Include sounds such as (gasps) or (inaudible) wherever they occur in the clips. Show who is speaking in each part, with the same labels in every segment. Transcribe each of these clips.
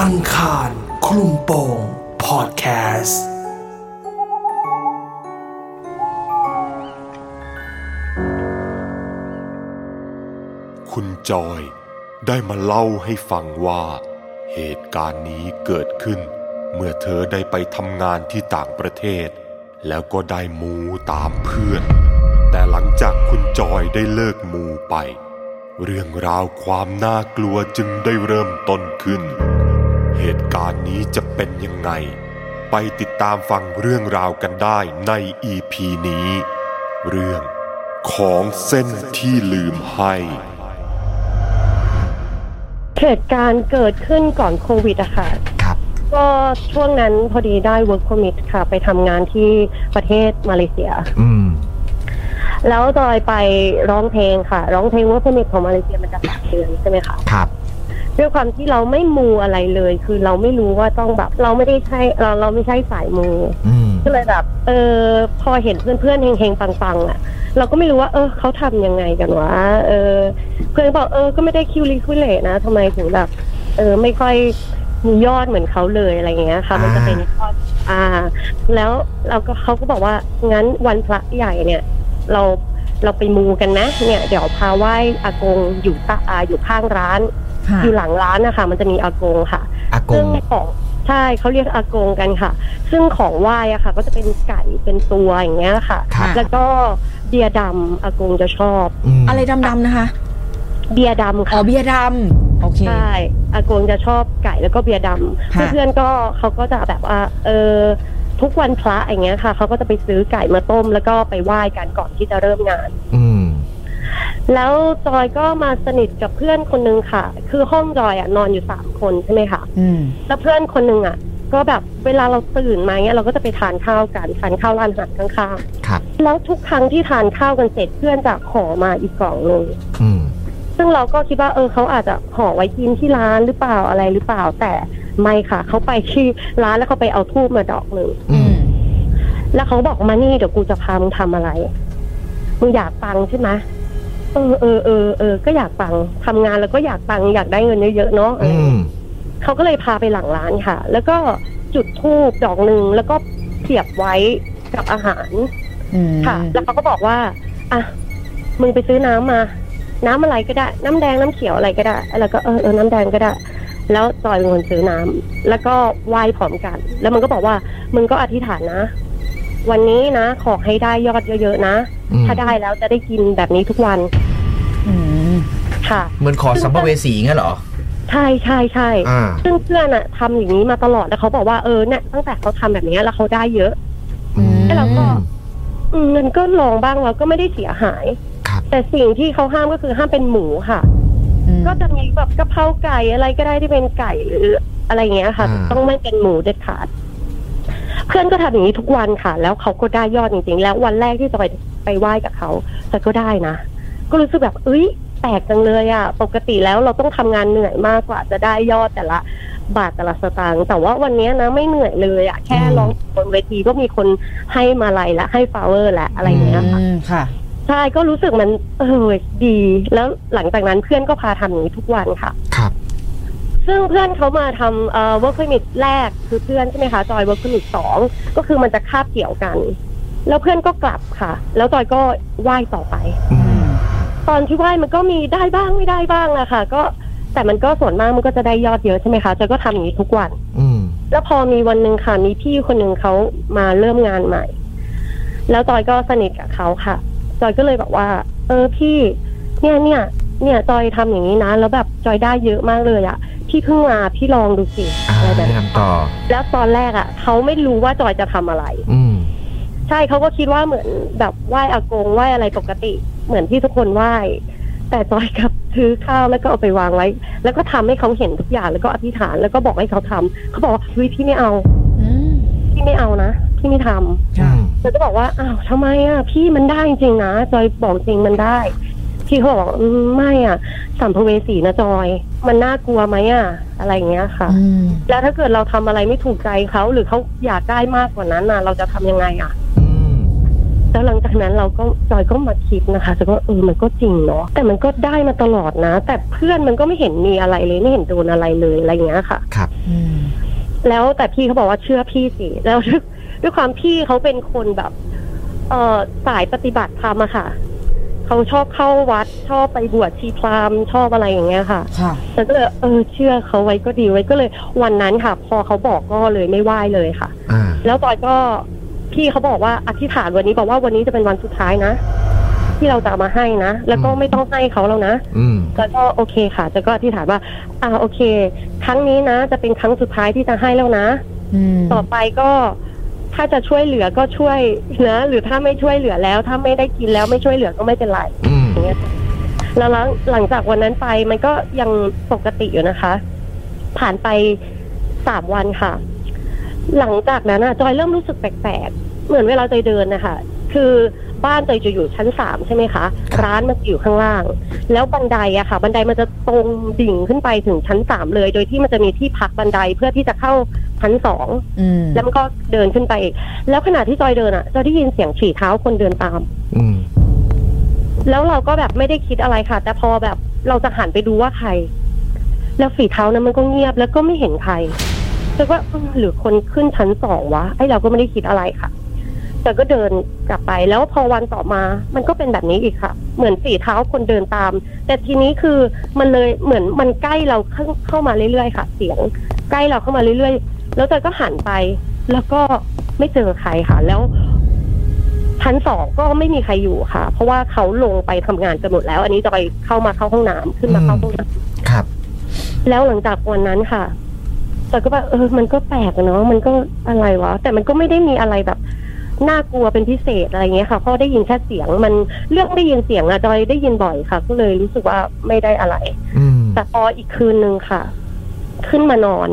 Speaker 1: อังคารคลุมโปงพอดแคสต์
Speaker 2: คุณจอยได้มาเล่าให้ฟังว่า เหตุการณ์นี้เกิดขึ้น เมื่อเธอได้ไปทำงานที่ต่างประเทศ แล้วก็ได้มูตามเพื่อน แต่หลังจากคุณจอยได้เลิกมูไป เรื่องราวความน่ากลัวจึงได้เริ่มต้นขึ้น เหตุการณ์นี้จะเป็นยังไง ไปติดตามฟังเรื่องราวกันได้ใน EP นี้ เรื่องของเส้นที่ลืมให้
Speaker 3: เหตุการณ์เกิดขึ้นก่อนโควิดอะค่ะ
Speaker 4: ครับ
Speaker 3: ก็ช่วงนั้นพอดีได้ work permit ค่ะ ไปทำงานที่ประเทศมาเลเซีย
Speaker 4: อืม
Speaker 3: แล้วจอยไปร้องเพลงค่ะ ร้องเพลง work permit ของมาเลเซียมันจะสามเดือนใช่ไหมคะ
Speaker 4: ครับ
Speaker 3: ด้วยความที่เราไม่มูอะไรเลย คือเราไม่รู้ว่าต้องแบบ เราไม่ได้ใช่เราเราไม่ใช่สายมู
Speaker 4: อืม
Speaker 3: ก็เลยแบบ เออพอเห็นเพื่อนๆเฮงๆปังๆอ่ะ เราก็ไม่รู้ว่า เออเขาทำยังไงกันวะเออ เพื่อนบอกเออก็ไม่ได้คิวรีคิวเลทนะทำไมถึงแบบ เออไม่ค่อยมียอดเหมือนเขาเลยอะไรอย่างเงี้ยค่ะมันจะเป็นยอดอ่า แล้วเราก็เขาก็บอกว่างั้นวันพระใหญ่เนี่ย เราเราไปมูกันนะ เนี่ย เดี๋ยวพาไหว้อากงอยู่ตะอาอยู่ข้างร้าน
Speaker 5: ค่ะ
Speaker 3: อยู่หลังร้านนะคะมันจะมีอากงค่ะ
Speaker 4: อาก
Speaker 3: ซึ่
Speaker 4: ง
Speaker 3: งของใช่เขาเรียกอากงกันค่ะ ซึ่งของไหว้อะค่ะ ก็จะเป็นไก่เป็นตัวอย่างเงี้ยค่ะ
Speaker 4: ครับ
Speaker 3: แล้วก็เบียร์ดำอากงจะชอบ
Speaker 4: ม
Speaker 5: อะไรดำๆนะคะ
Speaker 3: เบียร์ดำ
Speaker 5: อ๋อ
Speaker 3: ค่ะ
Speaker 5: เบียร์ดำโอเค
Speaker 3: ใช่อากงจะชอบไก่แล้วก็เบียร์ดำ
Speaker 5: ค่ะ
Speaker 3: เพื่อนๆก็เขาก็จะแบบว่าเออทุกวันพระอย่างเงี้ยค่ะเขาก็จะไปซื้อไก่มาต้ม แล้วก็ไปไหว้กันก่อนที่จะเริ่มงาน
Speaker 4: อืม
Speaker 3: แล้วจอยก็มาสนิทกับเพื่อนคนนึงค่ะ คือห้องจอยอะนอนอยู่สามคนใช่ไหมคะ
Speaker 5: อืม
Speaker 3: แล้วเพื่อนคนหนึ่งอ่ะ ก็แบบเวลาเราตื่นมาเงี้ยเราก็จะไปทานข้าวกันทานข้าวร้านอาหารข้าง
Speaker 4: ครับ
Speaker 3: ๆแล้วทุกครั้งที่ทานข้าวกันเสร็จเพื่อนจะขอมาอีกกล่องหนึ่ง
Speaker 4: อืม
Speaker 3: ซึ่งเราก็คิดว่าเออเขาอาจจะห่อไว้กินที่ร้านหรือเปล่าอะไรหรือเปล่าแต่ไม่ค่ะเขาไปที่ร้านแล้วเขาไปเอาทูบมาดอกหนึ่ง
Speaker 4: อื
Speaker 5: อื
Speaker 4: ม
Speaker 5: ม
Speaker 3: แล้วเขาบอกมานี่เดี๋ยวกูจะพามึงทำอะไรมึงอยากปังใช่ไหมเออเออเออเออก็อยากปังทำงานแล้วก็อยากปังอยากได้เงินเยอะๆเนาะเอ
Speaker 4: อื
Speaker 3: อ
Speaker 4: ม
Speaker 3: เขาก็เลยพาไปหลังร้านค่ะ แล้วก็จุดธูปดอกหนึ่งแล้วก็เสียบไว้กับอาหาร
Speaker 5: อืม
Speaker 3: ค่ะ แล้วเขาก็บอกว่า อ่ะ มึงไปซื้อน้ำมา น้ำอะไรก็ได้ น้ำแดงน้ำเขียวอะไรก็ได้ แล้วก็เออเออน้ำแดงก็ได้ แล้วจอยเป็นคนซื้อน้ำแล้วก็ไหว้พร้อมกัน แล้วมันก็บอกว่า มึงก็อธิษฐานนะ วันนี้นะขอให้ได้ยอดเยอะๆนะ
Speaker 4: อืม
Speaker 3: ถ้าได้แล้วจะได้กินแบบนี้ทุกวัน
Speaker 5: อืม
Speaker 3: ค่ะ
Speaker 4: เหมือนขอสัมภเวสีงั้นเหรอ
Speaker 3: ใช่ใช่ใช่
Speaker 4: อ่า
Speaker 3: ซึ่งเพื่อนอะทำอย่างนี้มาตลอดแล้วเขาบอกว่าเออเนี่ยตั้งแต่เขาทำแบบนี้แล้วเขาได้เยอะ
Speaker 4: อืม
Speaker 3: แล้วเราก็ อืมมันก็ลองบ้างแล้วก็ไม่ได้เสียหาย
Speaker 4: ครับ
Speaker 3: แต่สิ่งที่เขาห้ามก็คือห้ามเป็นหมูค่ะ ก็จะมีแบบกะเพราไก่อะไรก็ได้ที่เป็นไก่หรืออะไรอย่างเงี้ยค่ะ
Speaker 4: อ่า
Speaker 3: ต้องไม่เป็นหมูเด็ดขาด เพื่อนก็ทำอย่างนี้ทุกวันค่ะ แล้วเขาก็ได้ยอดจริงๆ แล้ววันแรกที่จอยไปไหว้กับเขาแต่ก็ได้นะ ก็รู้สึกแบบเอ้ยแปลกจังเลยอะ่ะ ปกติแล้วเราต้องทำงานเหนื่อยมากกว่าจะได้ยอดแต่ละบาทแต่ละสตางค์แต่ว่าวันเนี้ยนะไม่เหนื่อยเลยอะ่ะ แค่ร้องบนเวทีก็มีคนให้มาลัยและให้ฟลาเวอร์และอะไรอย่างเงี้ยค่ะ
Speaker 5: อืมค่ะ
Speaker 3: ใช่ก็รู้สึกมันเออดี แล้วหลังจากนั้นเพื่อนก็พาทำอย่างนี้ทุกวันค่ะ
Speaker 4: ครับ
Speaker 3: ซึ่งเพื่อนเขามาทำเอ่อ work permit แรกคือเพื่อนใช่ไหมคะจอย work permit สองก็คือมันจะคาบเกี่ยวกัน แล้วเพื่อนก็กลับค่ะ แล้วจอยก็ไหว้ต่อไป
Speaker 4: อื
Speaker 5: อื
Speaker 4: ม
Speaker 5: ม
Speaker 3: ตอนที่ไหว้มันก็มีได้บ้างไม่ได้บ้างอะค่ะ ก็แต่มันก็ส่วนมากมันก็จะได้ยอดเยอะใช่ไหมคะจอยก็ทำอย่างนี้ทุกวัน
Speaker 4: อืม
Speaker 3: แล้วพอมีวันหนึ่งค่ะมีพี่คนหนึ่งเขามาเริ่มงานใหม่ แล้วจอยก็สนิทกับเขาค่ะจอยก็เลยบอกว่า เออพี่เนี่ยเนี่ยเนี่ยจอยทำอย่างนี้นะ แล้วแบบจอยได้เยอะมากเลยอะพี่เพิ่งมาพี่ลองดูสิ
Speaker 4: อ่า
Speaker 3: อะไรแบบ
Speaker 4: แนะ
Speaker 3: นี้
Speaker 4: นำต่อ
Speaker 3: แล้วตอนแรกอะเขาไม่รู้ว่าจอยจะทำอะไร
Speaker 4: อืม
Speaker 3: ใช่เขาก็คิดว่าเหมือนแบบไหว้อากงไหว้อะไรปกติ เหมือนที่ทุกคนไหว้ แต่จอยกลับซื้อข้าวแล้วก็เอาไปวางไว้ แล้วก็ทำให้เขาเห็นทุกอย่างแล้วก็อธิษฐานแล้วก็บอกให้เขาทำเขาบอกว่าเฮ้ยพี่ไม่เอา
Speaker 5: อืม
Speaker 3: พี่ไม่เอานะ พี่ไม่ทำ
Speaker 4: อืม
Speaker 3: เราก็บอกว่า อ้าวทำไมอ่ะ พี่มันได้จริงนะ จอยบอกจริงมันได้ พี่เขาบอกว่าอืมไม่อ่ะ สัมภเวสีนะจอย มันน่ากลัวไหมอ่ะ อะไรอย่างเงี้ยค่ะ
Speaker 5: อืม
Speaker 3: แล้วถ้าเกิดเราทำอะไรไม่ถูกใจเขาหรือเขาอยากได้มากกว่านั้นน่ะ เราจะทำยังไงอ่ะ
Speaker 4: อืม
Speaker 3: แล้ว หลังจากนั้นเราก็จอยก็มาคิดนะคะจอยก็เออมันก็จริงเนาะแต่มันก็ได้มาตลอดนะ แต่เพื่อนมันก็ไม่เห็นมีอะไรเลยไม่เห็นโดนอะไรเลยอะไรอย่างเงี้ยค่ะ
Speaker 4: ครับ
Speaker 5: อืม
Speaker 3: แล้วแต่พี่เขาบอกว่าเชื่อพี่สิแล้ว (laughs) ด้วยด้วยความพี่เขาเป็นคนแบบ เออสายปฏิบัติธรรมอะค่ะเขาชอบเข้าวัดชอบไปบวชชีพราหมณ์ชอบอะไรอย่างเงี้ยค่ะ
Speaker 5: ค่ะ
Speaker 3: แต่ก็เลยเออเชื่อเขาไว้ก็ดีไว้ก็เลย วันนั้นค่ะ พอเขาบอกก็เลยไม่ไหว้เลยค่ะ
Speaker 4: อ่า
Speaker 3: แล้วจอยก็พี่เขาบอกว่าอธิษฐานวันนี้บอกว่าวันนี้จะเป็นวันสุดท้ายนะ ที่เราจะเอามาให้นะ แล้วก็
Speaker 4: อืม
Speaker 3: ไม่ต้องให้เขาแล้วนะ
Speaker 4: อืม
Speaker 3: แล้วก็โอเคค่ะจอยก็อธิษฐานว่า อ่าโอเค ครั้งนี้นะ จะเป็นครั้งสุดท้ายที่จะให้แล้วนะ
Speaker 5: อืม
Speaker 3: ต่อไปก็ถ้าจะช่วยเหลือก็ช่วยนะหรือถ้าไม่ช่วยเหลือแล้ว ถ้าไม่ได้กินแล้วไม่ช่วยเหลือก็ไม่เป็นไร
Speaker 4: อืม
Speaker 3: อย่างเงี้ยค่ะแล้วหลังหลังจากวันนั้นไปมันก็ยังปกติอยู่นะคะ ผ่านไปสามวันค่ะ หลังจากนั้นอะจอยเริ่มรู้สึกแปลกๆ เหมือนเวลาจอยเดินนะคะคือบ้านจอยจะอยู่ชั้นสามใช่ไหมคะร้านมันจะอยู่ข้างล่าง แล้วบันไดอะค่ะ บันไดมันจะตรงดิ่งขึ้นไปถึงชั้นสามเลย โดยที่มันจะมีที่พักบันไดเพื่อที่จะเข้าชั้นสอง
Speaker 5: อืม
Speaker 3: แล้วมันก็เดินขึ้นไปอีก แล้วขณะที่จอยเดินอ่ะจอยได้ยินเสียงฝีเท้าคนเดินตาม
Speaker 4: อืม
Speaker 3: แล้วเราก็แบบไม่ได้คิดอะไรค่ะ แต่พอแบบเราจะหันไปดูว่าใคร แล้วฝีเท้านั้นมันก็เงียบแล้วก็ไม่เห็นใครจอยว่าเออหรือคนขึ้นชั้นสองวะไอเราก็ไม่ได้คิดอะไรค่ะจอยก็เดินกลับไป แล้วพอวันต่อมา มันก็เป็นแบบนี้อีกค่ะ เหมือนฝีเท้าคนเดินตาม แต่ทีนี้คือมันเลยเหมือนมันใกล้เราเข้าเข้ามาเรื่อยๆค่ะ เสียงใกล้เราเข้ามาเรื่อยๆ แล้วจอยก็หันไป แล้วก็ไม่เจอใครค่ะ แล้ว ชั้นสองก็ไม่มีใครอยู่ค่ะ เพราะว่าเขาลงไปทำงานกันหมดแล้ว อันนี้จอยเข้ามาเข้าห้องน้ำขึ้นมาเข้าห้องน้
Speaker 4: ครับ
Speaker 3: ำแล้วหลังจากวันนั้นค่ะจอยก็แบบเออ มันก็แปลกอะเนาะมันก็อะไรวะแต่มันก็ไม่ได้มีอะไรแบบน่ากลัวเป็นพิเศษอะไรเงี้ยค่ะเพราะได้ยินแค่เสียงมันเรื่องได้ยินเสียงอะจอยได้ยินบ่อยค่ะ ก็เลยรู้สึกว่าไม่ได้อะไร
Speaker 4: อืม
Speaker 3: แต่พออีกคืนนึงค่ะ ขึ้นมานอน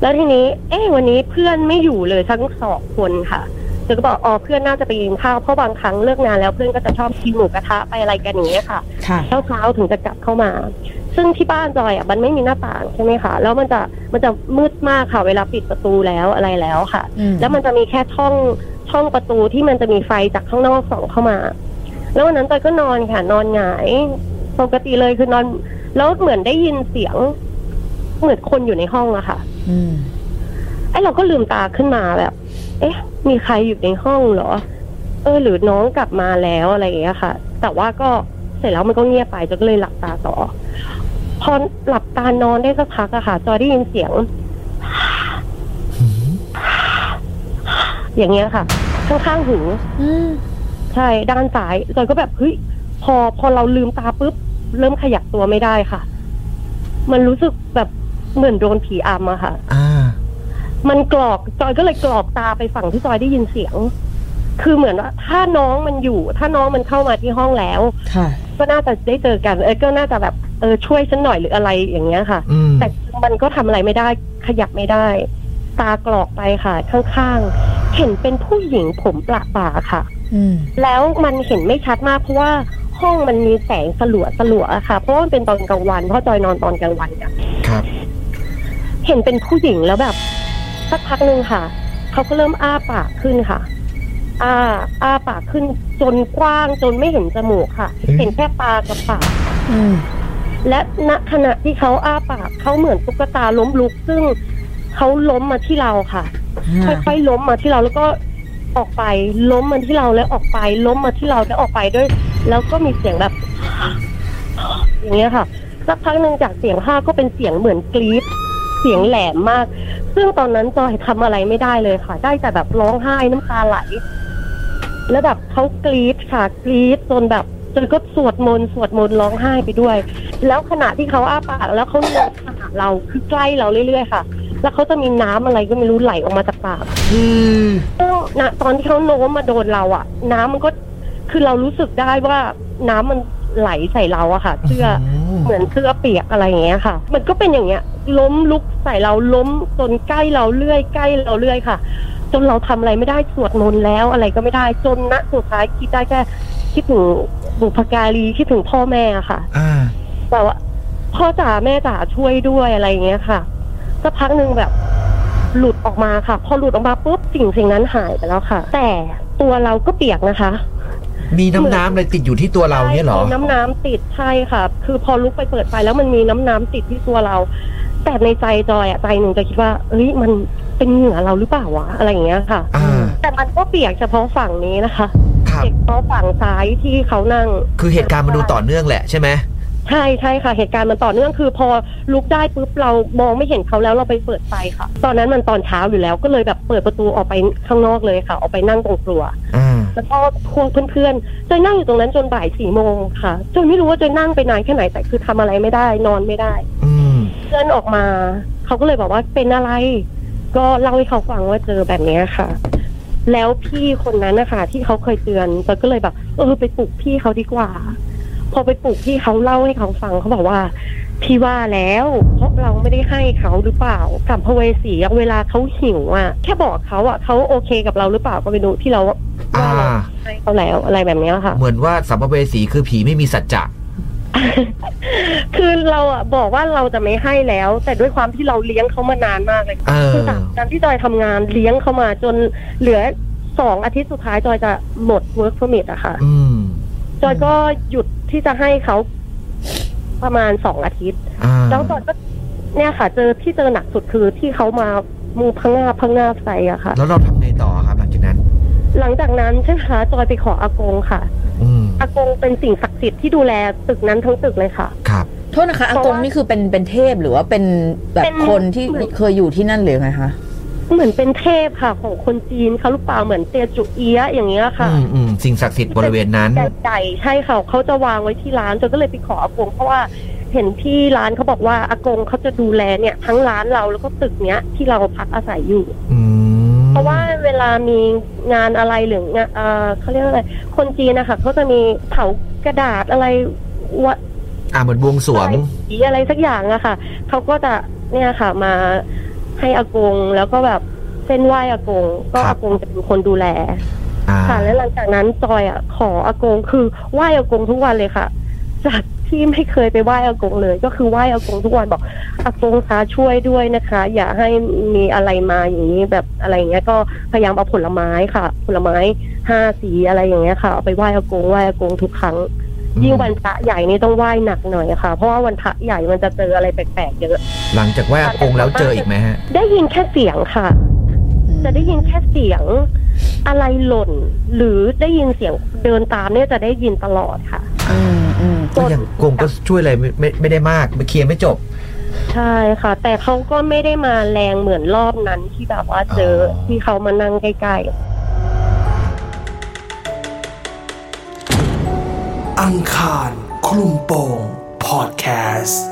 Speaker 3: แล้วทีนี้ เอ๊ะวันนี้เพื่อนไม่อยู่เลยทั้งสองคนค่ะเธอก็บอกอ๋อเพื่อนน่าจะไปกินข้าวเพราะบางครั้งเลิกงานแล้วเพื่อนก็จะชอบกินหมูกระทะไปอะไรกันอย่างเงี้ยค่ะ
Speaker 5: ค่ะ
Speaker 3: เช้าเช้าๆถึงจะกลับเข้ามา ซึ่งที่บ้านจอยอ่ะมันไม่มีหน้าต่างใช่ไหมคะแล้วมันจะมันจะมืดมากค่ะ เวลาปิดประตูแล้วอะไรแล้วค่ะ
Speaker 5: อืม
Speaker 3: แล้วมันจะมีแค่ช่องช่องประตูที่มันจะมีไฟจากข้างนอกส่องเข้ามา แล้ววันนั้นจอยก็นอนค่ะ นอนหงายปกติเลยคือนอน แล้วเหมือนได้ยินเสียง เหมือนคนอยู่ในห้องอะค่ะ
Speaker 5: อืม
Speaker 3: ไอ้เราก็ลืมตาขึ้นมาแบบ เอ๊ะ มีใครอยู่ในห้องเหรอ เออ หรือน้องกลับมาแล้วอะไรอย่างเงี้ยค่ะ แต่ว่าก็เสร็จแล้วมันก็เงียบไปจอยก็เลยหลับตาต่อ พอหลับตานอนได้สักพักอะค่ะ จอยได้ยินเสียง อย่างเงี้ยค่ะ ข้างๆหู
Speaker 5: อืม
Speaker 3: ใช่ ด้านซ้ายจอยก็แบบเฮ้ยพอพอเราลืมตาปุ๊บ เริ่มขยับตัวไม่ได้ค่ะ มันรู้สึกแบบเหมือนโดนผีอำอะค่ะ
Speaker 4: อ่า
Speaker 3: มันกรอกจอยก็เลยกรอกตาไปฝั่งที่จอยได้ยินเสียง คือเหมือนว่า ถ้าน้องมันอยู่ ถ้าน้องมันเข้ามาที่ห้องแล้ว
Speaker 5: ค่ะ
Speaker 3: ก็น่าจะได้เจอกัน เออก็น่าจะแบบเออช่วยฉันหน่อยหรืออะไรอย่างเงี้ยค่ะ
Speaker 4: อืม
Speaker 3: แต่มันก็ทำอะไรไม่ได้ ขยับไม่ได้ ตากรอกไปค่ะ ข้างๆ เห็นเป็นผู้หญิงผมประบ่าค่ะ
Speaker 5: อืม
Speaker 3: แล้วมันเห็นไม่ชัดมากเพราะว่าห้องมันมีแสงสลัวสลัวค่ะ เพราะว่ามันเป็นตอนกลางวันเพราะจอยนอนตอนกลางวันอะ
Speaker 4: ครับ
Speaker 3: เห็นเป็นผู้หญิงแล้วแบบสักพักหนึ่งค่ะ เขาก็เริ่มอ้าปากขึ้นค่ะ อ้าอ้าปากขึ้นจนกว้างจนไม่เห็นจมูกค่ะ
Speaker 4: เอ๊ะ
Speaker 3: เห็นแค่ปากกับปาก
Speaker 5: อืม
Speaker 3: และณขณะที่เขาอ้าปากเขาเหมือนตุ๊กตาล้มลุก ซึ่งเขาล้มมาที่เราค่ะ ค่อยๆล้มมาที่เราแล้วก็ออกไปล้มมาที่เราแล้วออกไปล้มมาที่เราแล้วออกไปด้วย แล้วก็มีเสียงแบบ (gasps) อย่างเงี้ยค่ะสักพักหนึ่งจากเสียงห้าก็เป็นเสียงเหมือนกรี๊ดเสียงแหลมมาก ซึ่งตอนนั้นจอยทำอะไรไม่ได้เลยค่ะ ได้แต่แบบร้องไห้น้ำตาไหล แล้วแบบเขากรี๊ดค่ะกรี๊ดจนแบบจนก็สวดมนต์สวดมนต์ร้องไห้ไปด้วย แล้วขณะที่เขาอ้าปากแล้วเขาเลื้อยมาหาเราคือใกล้เราเรื่อยๆค่ะ แล้วเขาจะมีน้ำอะไรก็ไม่รู้ไหลออกมาจากปาก
Speaker 4: อืม
Speaker 3: ซึ่งนะตอนที่เขาโน้มมาโดนเราอะน้ำมันก็คือเรารู้สึกได้ว่าน้ำมันไหลใส่เราอะค่ะเสื้อ
Speaker 4: โอ้โห
Speaker 3: เหมือนเสื้อเปียกอะไรอย่างเงี้ยค่ะ มันก็เป็นอย่างเงี้ย ล้มลุกใส่เราล้มจนใกล้เราเรื่อยใกล้เราเรื่อยค่ะ จนเราทำอะไรไม่ได้สวดมนต์แล้วอะไรก็ไม่ได้จนณสุดท้ายคิดได้แค่คิดถึงบุพการีคิดถึงพ่อแม่อะค่ะ
Speaker 4: อ่า
Speaker 3: แบบว่าพ่อจ๋าแม่จ๋าช่วยด้วยอะไรอย่างเงี้ยค่ะสักพักหนึ่งแบบ หลุดออกมาค่ะ พอหลุดออกมาปุ๊บสิ่งสิ่งนั้นหายไปแล้วค่ะ แต่ ตัวเราก็เปียกนะคะ
Speaker 4: มีน้ำน้ำอะไรติดอยู่ที่ตัวเราเนี่ยเหรอ
Speaker 3: ใช่มีน้ำน้ำติดใช่ค่ะ คือพอลุกไปเปิดไฟแล้วมันมีน้ำน้ำติดที่ตัวเรา แต่ในใจจอยอะใจหนึ่งจะคิดว่าเอ้ยมันเป็นเหงื่อเราหรือเปล่าวะอะไรอย่างเงี้ยค่ะ
Speaker 4: อ่า
Speaker 3: แต่มันก็เปียกเฉพาะฝั่งนี้นะคะ
Speaker 4: ครับ
Speaker 3: เปียกเฉพาะฝั่งซ้ายที่เขานั่ง
Speaker 4: คือเหตุการณ์มันดูต่อเนื่องแหละใช่ไหม
Speaker 3: ใช่ใช่ค่ะ เหตุการณ์มันต่อเนื่องคือพอลุกได้ปุ๊บเรามองไม่เห็นเขาแล้วเราไปเปิดไฟค่ะ ตอนนั้นมันตอนเช้าอยู่แล้วก็เลยแบบเปิดประตูออกไปข้างนอกเลยค่ะ ออกไปนั่งตรงครัว
Speaker 4: อ่า
Speaker 3: แล้วก็พวกเพื่อนๆจอยนั่งอยู่ตรงนั้นจนบ่ายสี่โมงค่ะจอยไม่รู้ว่าจอยนั่งไปนานแค่ไหนแต่คือทำอะไรไม่ได้ นอนไม่ได้
Speaker 4: อืม
Speaker 3: เพื่อนออกมาเขาก็เลยบอกว่าเป็นอะไร ก็เล่าให้เขาฟังว่าเจอแบบเนี้ยค่ะ แล้วพี่คนนั้นนะคะที่เขาเคยเตือนจอยก็เลยแบบเออไปปลุกพี่เขาดีกว่า พอไปปลุกพี่เขาเล่าให้เขาฟังเขาบอกว่าพี่ว่าแล้วเพราะเราไม่ได้ให้เขาหรือเปล่ากับพเวสีอะเวลาเขาหิวอ่ะแค่บอกเขาอ่ะเขาโอเคกับเราหรือเปล่าก็ไม่รู้ที่เราว่า
Speaker 4: อ่า
Speaker 3: เรา ให้เขาแล้วอะไรแบบเนี้ยค่ะ
Speaker 4: เหมือนว่าสัมภเวสีคือผีไม่มีสัจจะ
Speaker 3: คือเราอะบอกว่าเราจะไม่ให้แล้ว แต่ด้วยความที่เราเลี้ยงเขามานานมากเลย
Speaker 4: เออ
Speaker 3: คือจากการที่จอยทำงานเลี้ยงเขามาจนเหลือสองอาทิตย์สุดท้ายจอยจะหมด work permit อะค่ะ
Speaker 4: อืม
Speaker 3: จอยก็หยุดที่จะให้เขาประมาณสองอาทิตย์
Speaker 4: อ่า
Speaker 3: แล้วจอยก็เนี่ยค่ะ เจอที่เจอหนักสุดคือที่เขามามือพังงาบพังงาบใส่อะค่ะ
Speaker 4: แล้วเราทำไงต่อครับหลังจากนั้น
Speaker 3: หลังจากนั้นใช่ไหมคะจอยไปขออากงค่ะ
Speaker 4: อืม
Speaker 3: อากงเป็นสิ่งศักดิ์สิทธิ์ที่ดูแลตึกนั้นทั้งตึกเลยค่ะ
Speaker 4: ครับ
Speaker 5: โทษนะคะอา
Speaker 3: เพ
Speaker 5: ก
Speaker 3: ราะ
Speaker 5: ง
Speaker 3: ว่า
Speaker 5: นี่คือเป็นเป็นเทพหรือว่าเป็นแบบ
Speaker 3: เป็น
Speaker 5: คนที่
Speaker 3: เหมือน
Speaker 5: เคยอยู่ที่นั่นหรือไงคะ
Speaker 3: เหมือนเป็นเทพค่ะ ของคนจีนเขาหรือเปล่าเหมือนเตียจุเอียะอย่างเงี้ยค่ะ
Speaker 4: อืมอืมสิ่งศักดิ์สิทธิ์บริเวณนั้น
Speaker 3: แต่ไก่ใช่ค่ะเขาจะวางไว้ที่ร้านจนก็เลยไปขออากงเพราะว่าเห็นที่ร้านเขาบอกว่าอากงเขาจะดูแลเนี่ย ทั้งร้านเราแล้วก็ตึกเนี้ยที่เราพักอาศัยอยู่
Speaker 4: อืม
Speaker 3: เพราะว่าเวลามีงานอะไรหรืองานเอ่อเขาเรียกว่าอะไรคนจีนนะคะเขาจะมีเผากระดาษอะไรวะ
Speaker 4: อ่าเหมือนบวงสรวง
Speaker 3: ผีอะไรสักอย่างอะค่ะ เขาก็จะเนี่ยค่ะ มาให้อากงแล้วก็แบบเส้นไหว้อากง ก็
Speaker 4: ครับ
Speaker 3: อากงจะเป็นคนดูแล
Speaker 4: อ่า
Speaker 3: ค่ะ และหลังจากนั้นจอยอะขออากงคือไหว้อากงทุกวันเลยค่ะ จากที่ไม่เคยไปไหว้อากงเลย ก็คือไหว้อากงทุกวันบอกอากงคะช่วยด้วยนะคะ อย่าให้มีอะไรมาอย่างนี้แบบอะไรอย่างเงี้ย ก็พยายามเอาผลไม้ค่ะ ผลไม้ห้าสีอะไรอย่างเงี้ยค่ะเอาไปไหว้อากงไหว้อากงทุกครั้ง
Speaker 4: อืม
Speaker 3: ยิ่งวันพระใหญ่นี่ต้องไหว้หนักหน่อยค่ะ เพราะว่าวันพระใหญ่มันจะเจออะไรแปลกๆเยอะ
Speaker 4: หลังจากไหว้อากงแล้วเจออีกไหมฮะ
Speaker 3: ได้ยินแค่เสียงค่ะ จะได้ยินแค่เสียงอะไรหล่น หรือได้ยินเสียงเดินตามเนี่ยจะได้ยินตลอดค่ะ
Speaker 5: อืมอืม
Speaker 4: ก็ยังกงก็ช่วยอะไรไม่ไม่ไม่ได้มากเคลียร์ไม่จบ
Speaker 3: ใช่ค่ะ แต่เขาก็ไม่ได้มาแรงเหมือนรอบนั้นที่แบบว่าเจออ
Speaker 4: อ
Speaker 3: ที่เขามานั่งใกล้ๆ
Speaker 1: อังคารคลุมโปงพอดแคสต์